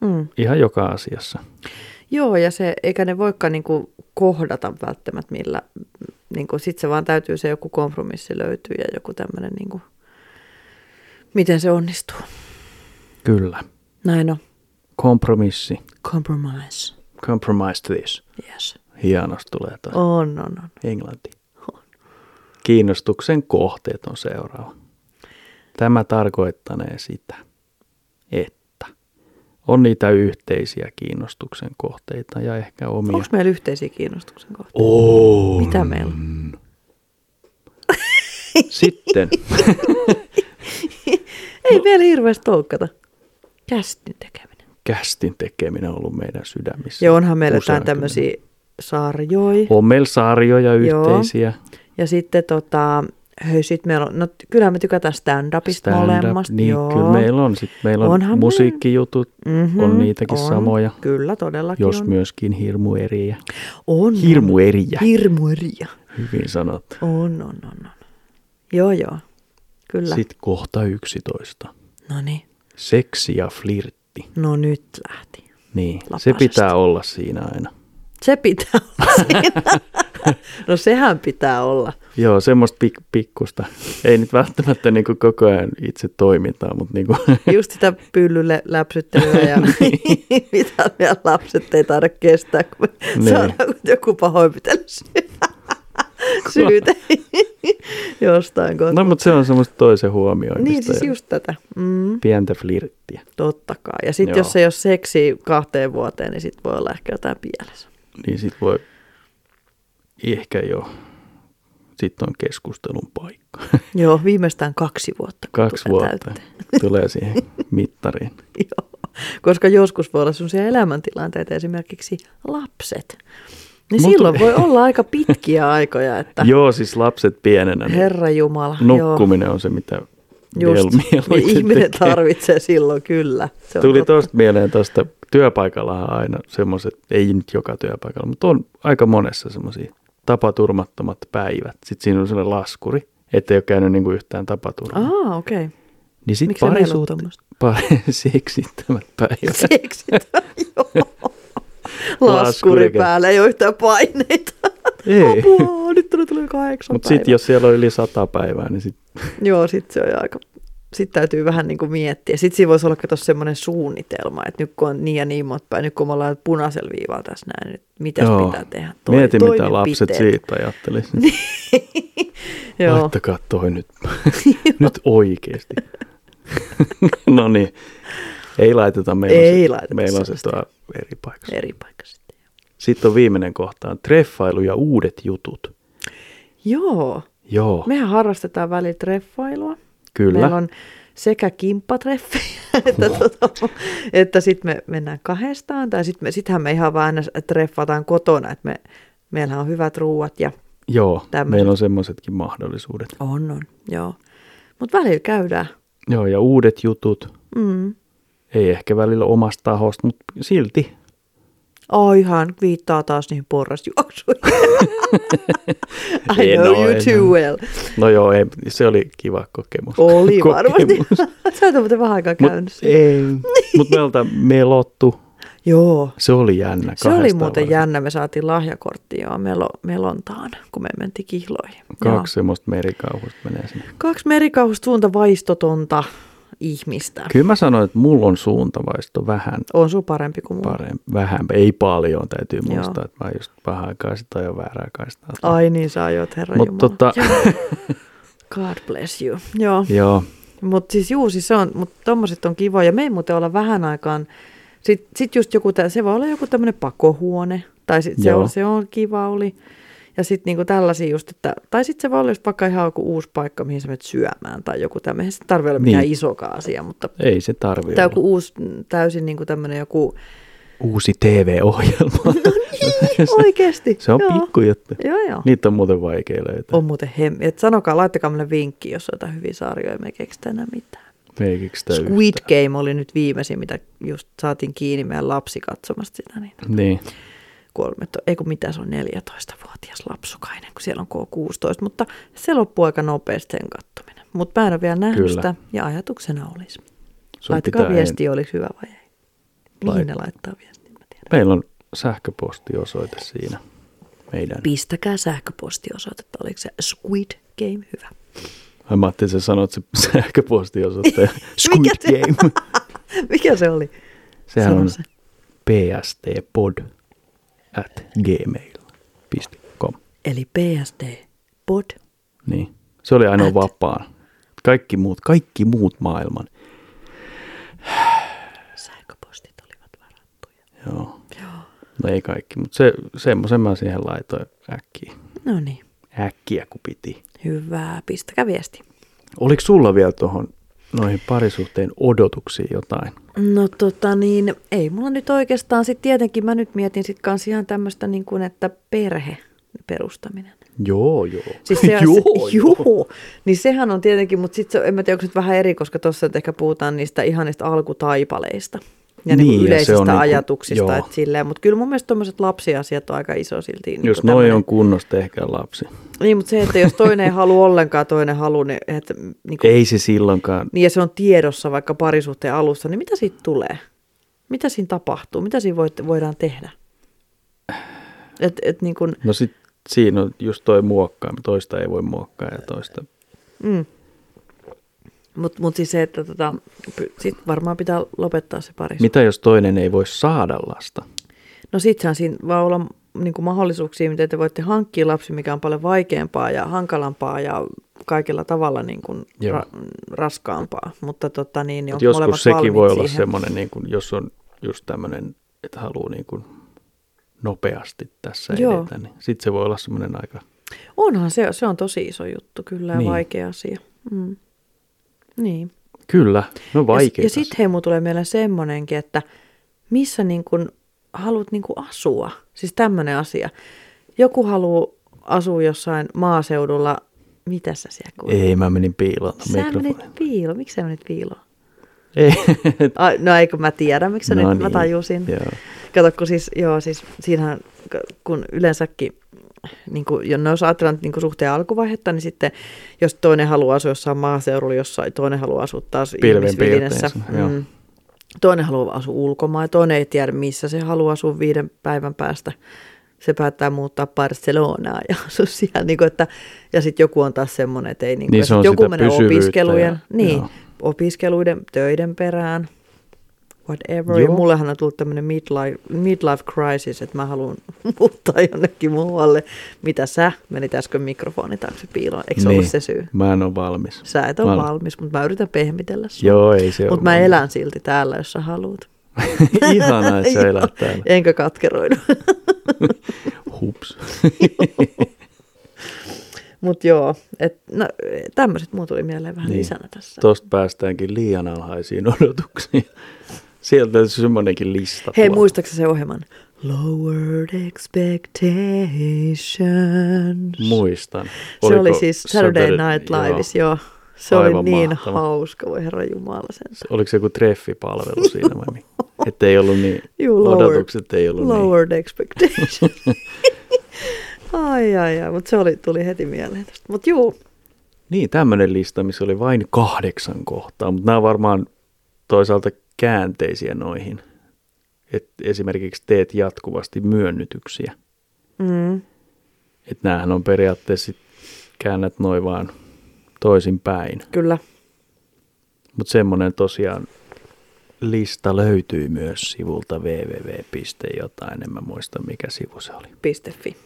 Mm. ihan joka asiassa. Joo, ja se, eikä ne voikaan niinku kohdata välttämättä millä, niinku, sit se vaan täytyy se joku kompromissi löytyä ja joku tämmöinen, niinku, miten se onnistuu. Kyllä. Näin on. Kompromissi. Compromise. Compromise this. Yes. Hienosti tulee toi. Oh. On, on, on. Englanti. Kiinnostuksen kohteet on seuraava. Tämä tarkoittanee sitä, että on niitä yhteisiä kiinnostuksen kohteita ja ehkä omia. Onko meillä yhteisiä kiinnostuksen kohtia? On. Mitä meillä? [laughs] Sitten Ei meillä hirveästi toukkata. Kästin tekeminen. kästin tekeminen on ollut meidän sydämissä. Ja onhan meillä jotain usean kymmenen tämmöisiä sarjoja. On meillä sarjoja Joo. yhteisiä. Ja sitten tota, hei, sit meillä on, no kyllähän me tykätään stand-upista Stand-up, molemmasta. Niin, joo. kyllä meillä on. Sitten meillä on Onhan meillä- musiikkijutut, Mhm, on niitäkin on. samoja, Kyllä, todellakin jos on. myöskin hirmu eriä. on. Hirmu eriä, Hirmueria. hyvin sanottu. On, on, on, on. Joo, joo. Kyllä. Sitten kohta 11. No niin. Seksi ja flirtti. No nyt lähti. Niin, se Lapasesta. pitää olla siinä aina. Se pitää olla siinä. [laughs] No sehän pitää olla. Joo, semmoista pik- pikkusta. Ei nyt välttämättä niin kuin koko ajan itse toimintaa, mutta niin kuin Just sitä pyllylle läpsyttelyä [laughs] ja Niin. [laughs] mitä meidän lapset ei taida kestää, kun me Niin. saadaan kun joku [laughs] pahoinpitely syyte [laughs] jostain kohtaa. No, mutta se on semmoista toisen huomioimista niin, siis ja just tätä. Mm, pientä flirttiä. totta kai. Ja sitten Joo. jos ei ole seksi kahteen vuoteen, niin sitten voi olla ehkä jotain pielessä. Niin sit voi, ehkä jo, sitten on keskustelun paikka. [laughs] Joo, viimeistään kaksi vuotta. kun Kaksi tulee vuotta täyteen. [laughs] tulee siihen mittariin. Joo. Koska joskus voi olla sellaisia elämäntilanteita, esimerkiksi lapset. Niin Mut- silloin voi olla aika pitkiä aikoja, että [laughs] Joo, siis lapset pienenä, niin Herra Jumala. nukkuminen on se, mitä Joo, just. Niin miel- mieluiten Ihminen tekee. tarvitsee silloin kyllä. Se on Tuli totta. tuosta mieleen tuosta työpaikallahan aina semmoiset, ei nyt joka työpaikalla, mutta on aika monessa semmoisia tapaturmattomat päivät. Sitten siinä on sellainen laskuri, ettei ole käynyt niinku yhtään tapaturmaa. Aa, okei. Okay. Niin sit Miksi meillä on parisuhte- tuommoista? pari [laughs] seksittämät päivät. Seksi, joo. [laughs] Laskuri Laskuri käy. päällä, ei ole yhtään paineita. Ei. Apua, nyt tuli, tuli kahdeksan Mutta päivää. sitten jos siellä on yli sata päivää, niin sit, Joo, sitten se on jo aika... Sitten täytyy vähän niin kuin miettiä. Sitten siinä voisi olla kato semmoinen suunnitelma, että nyt kun on niin ja niin monta päivää, nyt kun me ollaan punaisella viivalla tässä näin, nyt mitäs Joo. pitää tehdä? mieti toimenpiteet. mitä lapset siitä ajattelisi. Niin Joo. laittakaa toi nyt, [laughs] nyt oikeasti. [laughs] no niin, ei laiteta. Meillä on Ei se, laiteta meillä on se sellaista. tuo eri paikassa. Eri paikka sitten. Sitten on viimeinen kohtaan, treffailu ja uudet jutut. Joo. Joo, Me, Mehän harrastetaan välillä treffailua. kyllä. Meillä on sekä kimppatreffejä, [laughs] että, tota, että sitten me mennään kahdestaan. Tai sitten me, sittenhän me ihan vaan aina treffataan kotona, että me, meillähän on hyvät ruuat ja Joo, tämmöset. meillä on semmoisetkin mahdollisuudet. on, on, joo. Mutta välillä käydään. Joo, ja uudet jutut. Mm. Ei ehkä välillä omasta tahosta, mutta silti. Oh, ihan viittaa taas niihin [laughs] porrasjuoksuihin. I En know oo, you en oo. too well. No joo, ei, se oli kiva kokemus. [laughs] Oli Kokemus. varmasti. [laughs] Sä et ole muuten vähän aikaa Mut, käynyt. siellä. [laughs] ei, mut meiltä melottu. Joo. Se oli jännä. Se oli kahdestaan muuten varsinkin. jännä, me saatiin lahjakortti joo melo, melontaan, kun me mentiin kihloihin. Kaksi semmoista merikauhusta menee sinne. Joo. Kaksi merikauhusta suunta vaistotonta ihmistä. Kyllä mä sanoin, että mulla on suuntavaisto vähän on sun parempi kuin mulla. parempi. Vähän, ei paljon, täytyy Joo. muistaa, että mä just vähän aikaa sitä ajoin väärää kaistaa. Ai niin, sä ajot, herra Mut Jumala. tota- Joo. God bless you. Joo. Joo, Mutta siis juu, siis se on, mutta tommoset on kivoja. Me ei muuten olla vähän aikaan, sit, sit just joku, tä- se voi olla joku tämmöinen pakohuone, tai sit se, Joo. on, se on kiva oli. Ja sitten niinku tällaisia just, että, tai sitten se voi olla just vaikka ihan joku uusi paikka, mihin sä menet syömään tai joku tämmöinen. Eihän se tarvitse olla Niin. mikään isokaan asia, mutta ei se tarvi tai olla. joku uusi, mm, täysin niinku tämmöinen joku, Uusi [laughs] TV-ohjelma. oikeesti. se on Niin. joo. pikkujuttu. Joo, joo. Niitä on muuten vaikea löytää. On muuten hem. Et sanokaa, laittakaa meille vinkki, jos on jotain hyviä sarjoja, me ei keksitä enää mitään. Meikikö sitä Squid yhtään? Game oli nyt viimeisin, mitä just saatiin kiinni meidän lapsi katsomasta sitä, niin Niin. 13, ei kun mitä se on 14-vuotias lapsukainen, kun siellä on K16, mutta se loppuu aika nopeasti sen kattominen. Mutta mä en ole vielä nähnyt Kyllä. sitä ja ajatuksena olisi. Sun Laittakaa pitää viestiä, oliko hyvä vai ei. Mihin ne Lait- laittaa viestiä, mä tiedän. Meillä on sähköpostiosoite siinä meidän. Pistäkää sähköpostiosoitetta, oliko se Squid Game hyvä. Ai mä ajattelin, että sä sanot se [laughs] sähköpostiosoitteen. [laughs] Mikä Squid se- Game. Mikä se oli? Sehän Sano on se. pstpod at gmail.com. Eli PSD Pod. Niin. Se oli ainoa At. vapaan. Kaikki muut, kaikki muut maailman. Sähköpostit olivat varattuja. Joo. No ei kaikki, mutta se, semmoisen mä siihen laitoin äkkiä. No niin, Äkkiä kun piti. hyvä. Pistäkää viesti. Oliko sulla vielä tuohon noihin parisuhteen odotuksiin jotain? No tota niin, ei mulla nyt oikeastaan, sit tietenkin mä nyt mietin sit kans ihan tämmöistä niin kuin, että perhe perustaminen. Joo, joo. [laughs] Siis se, joo, juu, Niin sehän on tietenkin, mutta sitten en mä tiedä, onko se nyt vähän eri, koska tuossa nyt ehkä puhutaan niistä ihanista alkutaipaleista. Ja niin, Niin, ja se niin yleisistä on niinku- ajatuksista, joo. niin kuin, silleen, mutta kyllä mun mielestä tuommoiset lapsiasiat on aika iso silti. niinku Jos noi tämmönen- on kunnossa, tehkää lapsi. Niin, mutta se, että jos toinen ei halua ollenkaan, toinen haluaa, niin, että, niin, kuin, Ei se silloinkaan. niin ja se on tiedossa vaikka parisuhteen alussa, niin mitä siitä tulee? Mitä siinä tapahtuu? Mitä siinä voit, voidaan tehdä? Et, et niin kuin, No sit siinä on just toi muokkaa. Toista ei voi muokkaa ja toista. mm. Mutta mut siis se, että tota, py- sit varmaan pitää lopettaa se parisuhde. Mitä jos toinen ei voi saada lasta? No sittenhän siinä vaan olla niin kuin mahdollisuuksia, miten te voitte hankkia lapsi, mikä on paljon vaikeampaa ja hankalampaa ja kaikilla tavalla niin kuin Joo. ra- raskaampaa. Mutta tota, niin, niin Mut onko molemmat joskus sekin valmiit voi olla siihen? semmoinen, niin kun, jos on just tämmöinen, että haluaa niin kun nopeasti tässä Joo. edetä, niin sitten se voi olla semmoinen aika... Onhan se, se on tosi iso juttu kyllä ja Niin. niin. vaikea asia. Mm. Niin. Kyllä, no Ja, vaikeita. ja sitten hei, mulla tulee mieleen semmoinenkin, että missä niin kun haluat niin kun asua. Siis tämmöinen asia. Joku haluaa asua jossain maaseudulla. Mitä sä siellä kuulet? Ei, mä menin piiloon ton Sä mikrofonin. menit piiloon. Miksi sä menit piiloon? [laughs] Ei. Ai, no eikö mä tiedä, miksi sä No no nyt niin. mä niin, tajusin. joo. Kato, kun siis, joo, siis siinähän, k- kun yleensäkin, niin kuin, jos jos ajatellaan niin kuin suhteen alkuvaihetta, niin sitten jos toinen haluaa asua jossain maaseudulla, jossain toinen haluaa asua taas mm, Pilven ihmisvilinässä. piirteissä, joo. Toinen haluaa asua ulkomaan, toinen ei tiedä, missä se haluaa asua viiden päivän päästä. se päättää muuttaa Barcelonaa ja asua siellä. Niin kuin, että, ja sitten joku on taas semmoinen, että ei niin kuin, Niin ja se sit on joku sitä menee pysyvyyttä opiskelujen, ja- niin, joo. opiskeluiden, töiden perään, whatever. Ja Joo. mullehan on tullut tämmöinen midlife, midlife crisis, että mä haluan [laughs] muuttaa jonnekin muualle. Mitä sä? Menit äsken mikrofoni taakse piiloon. Eikö se niin. ollut se syy? Mä en ole valmis. Sä et ole Mä olen- valmis, mutta mä yritän pehmitellä sua. Joo, ei se Mutta mä elän silti täällä, jos sä haluat. [laughs] Ihanaa, [laughs] että sä Joo. elät täällä. Enkä katkeroidu. [laughs] Hups. [laughs] Mutta joo, et, no, tämmöiset muu tuli mieleen vähän Niin. niin. lisänä tässä. Tuosta päästäänkin liian alhaisiin odotuksiin. Sieltä on semmoinenkin lista. Hei, tuolla. muistaaksä se ohjelman? Lowered expectations. Muistan. se oli Oliko siis Saturday Night siis- Liveissa, joo. joo. Se Aivan oli Aivan niin mahtava. mahtava. hauska, voi herra Jumala sen. Se- Oliko se joku treffipalvelu siinä vai mikä? Että ei ollut niin, Juu, lowered. odotukset ei ollut niin. Lowered expectations. [laughs] ai, ai, ai, mutta se oli, tuli heti mieleen tästä. Mutta juu, Niin, tämmöinen lista, missä oli vain kahdeksan kohtaa, mutta nämä on varmaan toisaalta käänteisiä noihin. Et esimerkiksi teet jatkuvasti myönnytyksiä. mm, Että näähän on periaatteessa sit käännät noin vaan toisinpäin. kyllä. Mutta semmoinen tosiaan lista löytyy myös sivulta www.jotain, en mä muista mikä sivu se oli. .fi.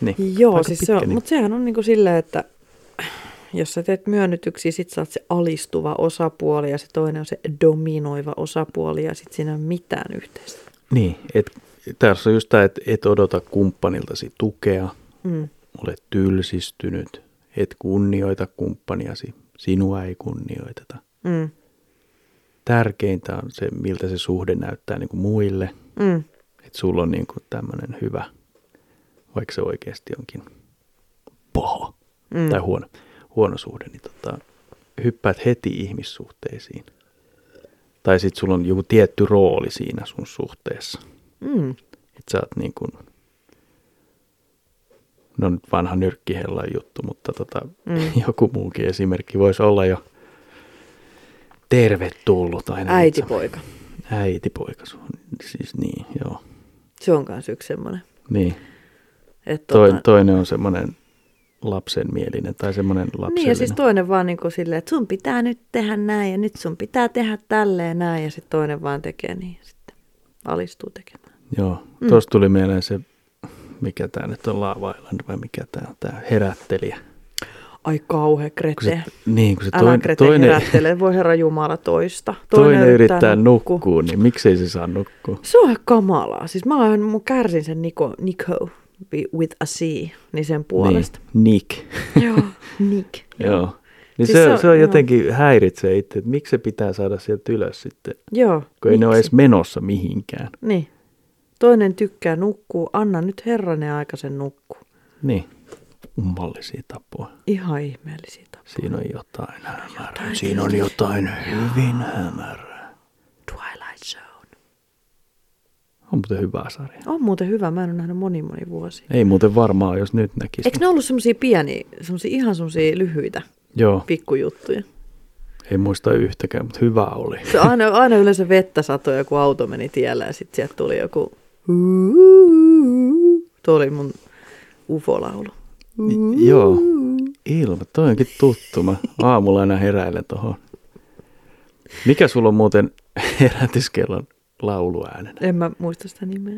Niin. Joo, Aika siis se pitkä on, nimi. mutta sehän on niin kuin silleen, että jos sä teet myönnytyksiä, sit sä oot se alistuva osapuoli ja se toinen on se dominoiva osapuoli ja sit siinä ei ole mitään yhteistä. Niin, et, tässä on just tämä, että et odota kumppaniltasi tukea, Mm. ole tylsistynyt, et kunnioita kumppaniasi, sinua ei kunnioiteta. Mm. Tärkeintä on se, miltä se suhde näyttää niin kuin muille, Mm. että sulla on niin kuin tämmöinen hyvä, vaikka se oikeasti onkin paha Mm. tai huono, huono suhde, niin tota, hyppäät heti ihmissuhteisiin. Tai sitten sulla on joku tietty rooli siinä sun suhteessa. Mm. Että sä oot niin kuin, no nyt vanha nyrkkihella juttu, mutta tota, Mm. mm. [laughs] joku muukin esimerkki voisi olla jo tervetullut aina. Äitipoika. Äitipoika sun, siis niin, joo. Se on kans yksi semmonen. Niin, Tota- Että Toin, tota- toinen on semmoinen lapsenmielinen tai semmoinen lapsellinen. Niin ja siis toinen vaan niin kuin silleen, että sun pitää nyt tehdä näin ja nyt sun pitää tehdä tälleen näin ja sitten toinen vaan tekee niin ja sitten alistuu tekemään. Joo, Mm. tuosta tuli mieleen se, mikä tämä nyt on, Lava Island vai mikä tämä on, tämä herättelijä. Ai kauhe Kun se, krete. niin, kun se Älä toinen, krete toinen, herättele, voi herra Jumala toista. toinen yrittää nukkua, niin miksei se saa nukkua? Se on ihan kamalaa. Siis mä oon, mun kärsin sen Nico, Nico wi- with a C, niin sen puolesta. Niin, Nick. Niin. [laughs] Joo, Nick. Joo. Niin Siis se, se on, on- se on joo. jotenkin häiritsee itse, että miksi se pitää saada sieltä ylös sitten, Joo. kun ei ne ole miksi? edes menossa mihinkään. Niin. Toinen tykkää nukkua, anna nyt herranen aika sen nukkua. Niin, kummallisia tapoja. Ihan ihmeellisiä tapoja. Siinä on jotain hämärää. Siinä on jotain hyvin hämärää. Twilight Zone. On muuten hyvä sarja. On muuten hyvä, mä en ole nähnyt moni moni vuosi. Ei muuten varmaan, jos nyt näkisi. Eikö ne ollut semmosia pieniä, semmosia ihan semmosia lyhyitä Joo, pikkujuttuja? ei muista yhtäkään, mutta hyvä oli. Se aina, aina yleensä vettä satoi ja kun auto meni tiellä ja sitten sieltä tuli joku... Tuo oli mun ufolaulu. I- Mm. Joo, ilma, toi onkin tuttu. Mä aamulla aina heräilen tohon. Mikä sulla on muuten [laughs] herätyskellon lauluäänenä? En mä muista sitä nimeä.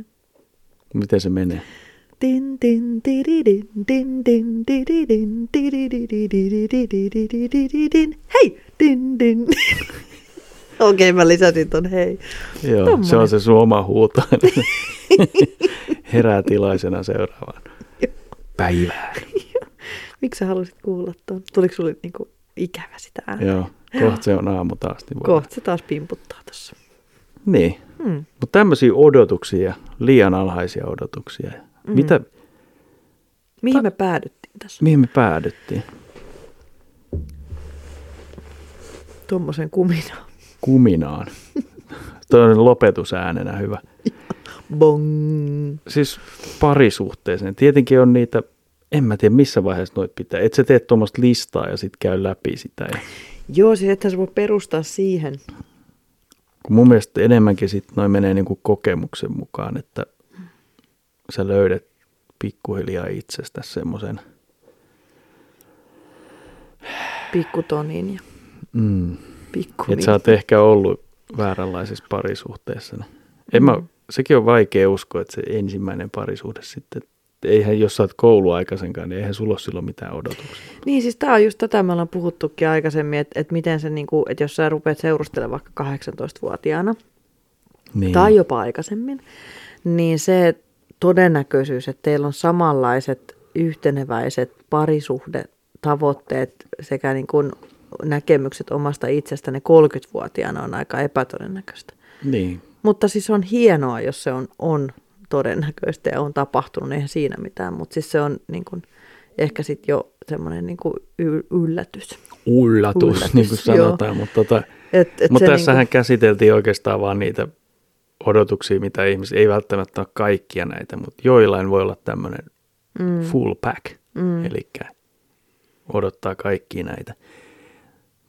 Miten se menee? Din, din, diridin, din, din, diridin, dirididididididididididin. Hei! Din, din. Okei, mä lisäsin ton hei. Joo, Tommonen. se on se sun oma huuto. [laughs] Herää tilaisena seuraavaan päivään. Miksi sä halusit kuulla ton? Tuliko sulle niinku ikävä sitä ääntä? Joo, kohta se on aamu taas. Niin, voi- Kohta se taas pimputtaa tossa. niin. Hmm. mutta tämmöisiä odotuksia, liian alhaisia odotuksia. Mm. Mitä, Mihin me päädyttiin tässä? mihin me päädyttiin? Tuommoisen kuminaan. kuminaan. Toinen lopetusäänenä hyvä. Bong. Siis parisuhteeseen. Tietenkin on niitä, en mä tiedä missä vaiheessa noit pitää. Et sä tee tuommoista listaa ja sit käy läpi sitä. Ja, Joo, siis ethän sä voi perustaa siihen. kun mun mielestä enemmänkin sit noin menee niinku kokemuksen mukaan, että sä löydät pikkuhiljaa itsestä semmoisen pikkutonin ja mm, pikkunin. Että sä oot ehkä ollut vääränlaisessa parisuhteessa. niin En mä, Mm. sekin on vaikea uskoa, että se ensimmäinen parisuhde sitten, että eihän jos sä oot kouluaikaisenkaan, niin eihän sulla ole silloin mitään odotuksia. Niin siis tämä on just tätä, me ollaan puhuttukin aikaisemmin, että, että miten se, niinku, että jos sä rupeat seurustelemaan vaikka 18-vuotiaana, Niin. tai jopa aikaisemmin, niin se todennäköisyys, että teillä on samanlaiset yhteneväiset parisuhdetavoitteet sekä niin kuin näkemykset omasta itsestäne 30-vuotiaana on aika epätodennäköistä. Niin. Mutta siis on hienoa, jos se on, on todennäköistä ja on tapahtunut, eihän siinä mitään, mutta siis se on niin kuin, ehkä sitten jo semmoinen niin kuin y- yllätys. Ullatus, Ullatus, niin kuin joo. sanotaan, mutta tota, Et, et Mutta se tässähän niin niin kuin... käsiteltiin oikeastaan vaan niitä odotuksia, mitä ihmiset, ei välttämättä ole kaikkia näitä, mutta joillain voi olla tämmöinen mm. full pack, mm. eli odottaa kaikkia näitä.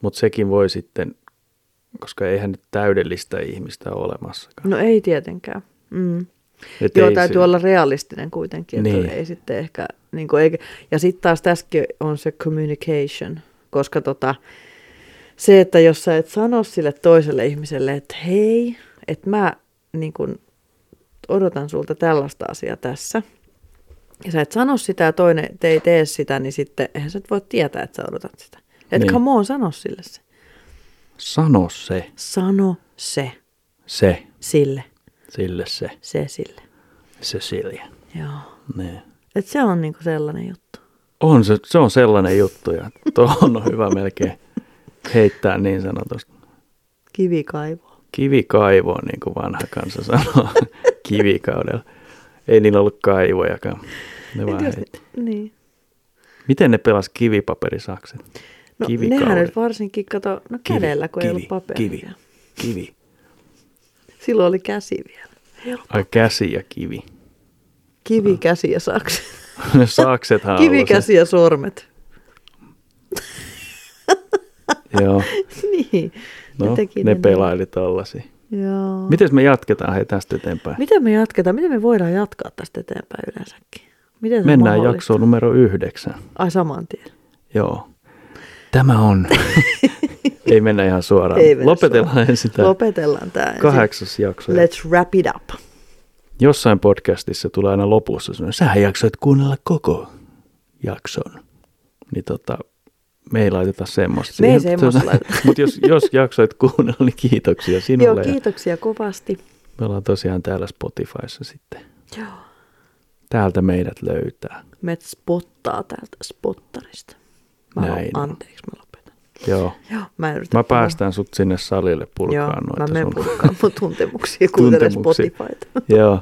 Mutta sekin voi sitten, koska eihän nyt täydellistä ihmistä ole olemassakaan. kuin, no ei tietenkään. Mm. Et Joo, ei täytyy se- olla realistinen kuitenkin, että Niin. niin. ei sitten ehkä, niin kuin, eikä, ja sitten taas tässäkin on se communication, koska tota, se, että jos sä et sano sille toiselle ihmiselle, että hei, että mä niin kuin, odotan sulta tällaista asiaa tässä, ja sä et sano sitä ja toinen te ei tee sitä, niin sitten eihän sä et voi tietää, että sä odotat sitä. Et Niin. niin. come on, sano sille se. Sano se, Sano se se, sille, sille se, se sille. se silja. Joo. Ne. Et se on niinku sellainen juttu. On se, se on sellainen juttu ja tuohon on hyvä melkein heittää niin sanotusti Kivikaivoa. Kivikaivoon, niin kuin vanha kansa [laughs] sanoo, kivikaudella. Ei niillä ollut kaivojakaan. Ne vaan Jos, heitti. niin. Miten ne pelas kivipaperisakset? No Kivikauden. nehän nyt varsinkin, kato, no Kivi, kädellä, kun ei kivi, ollut paperia. Kivi, kivi. Silloin oli käsi vielä. Helppo. Ai käsi ja [laughs] kivi. Kivi, käsi ja saksi. No saksethan on Kivi, ollut se- käsi ja sormet. [laughs] Joo, niin. no, Ne teki ne niin. pelaili tollasia. Joo. Miten me jatketaan hei tästä eteenpäin? Miten me jatketaan? Miten me voidaan jatkaa tästä eteenpäin yleensäkin? Miten se on Mennään mahdollista? jaksoon numero yhdeksän. Ai saman tien. Joo. Tämä [laughs] on. Ei mennä ihan suoraan. Ei mennä Lopetellaan ensin tämä Lopetellaan tämä ensin. kahdeksas jakso. Let's wrap it up. jossain podcastissa tulee aina lopussa semmoinen, sähän jaksoit kuunnella koko jakson. Niin tota, me ei laiteta semmoista. Me ei semmoista laiteta. Mutta jos, jos jaksoit kuunnella, niin kiitoksia Joo, sinulle. ja kiitoksia kovasti. me ollaan tosiaan täällä Spotifyssa sitten. Joo. Täältä meidät löytää. Met spottaa täältä spottarista. Mä Näin Näin. on. Anteeksi, mä lopetan. Joo. Joo, mä en yritä Mä puhua. päästän sut sinne salille purkaan Joo, noita mä menen sun. purkaan [laughs] mun tuntemuksia kuuntelen Tuntemuksia. Spotifyta. Joo.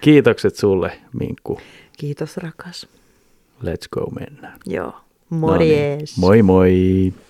Kiitokset sulle, Minkku. Kiitos rakas. Let's go mennään. Joo. No niin. Morjes. Moi moi.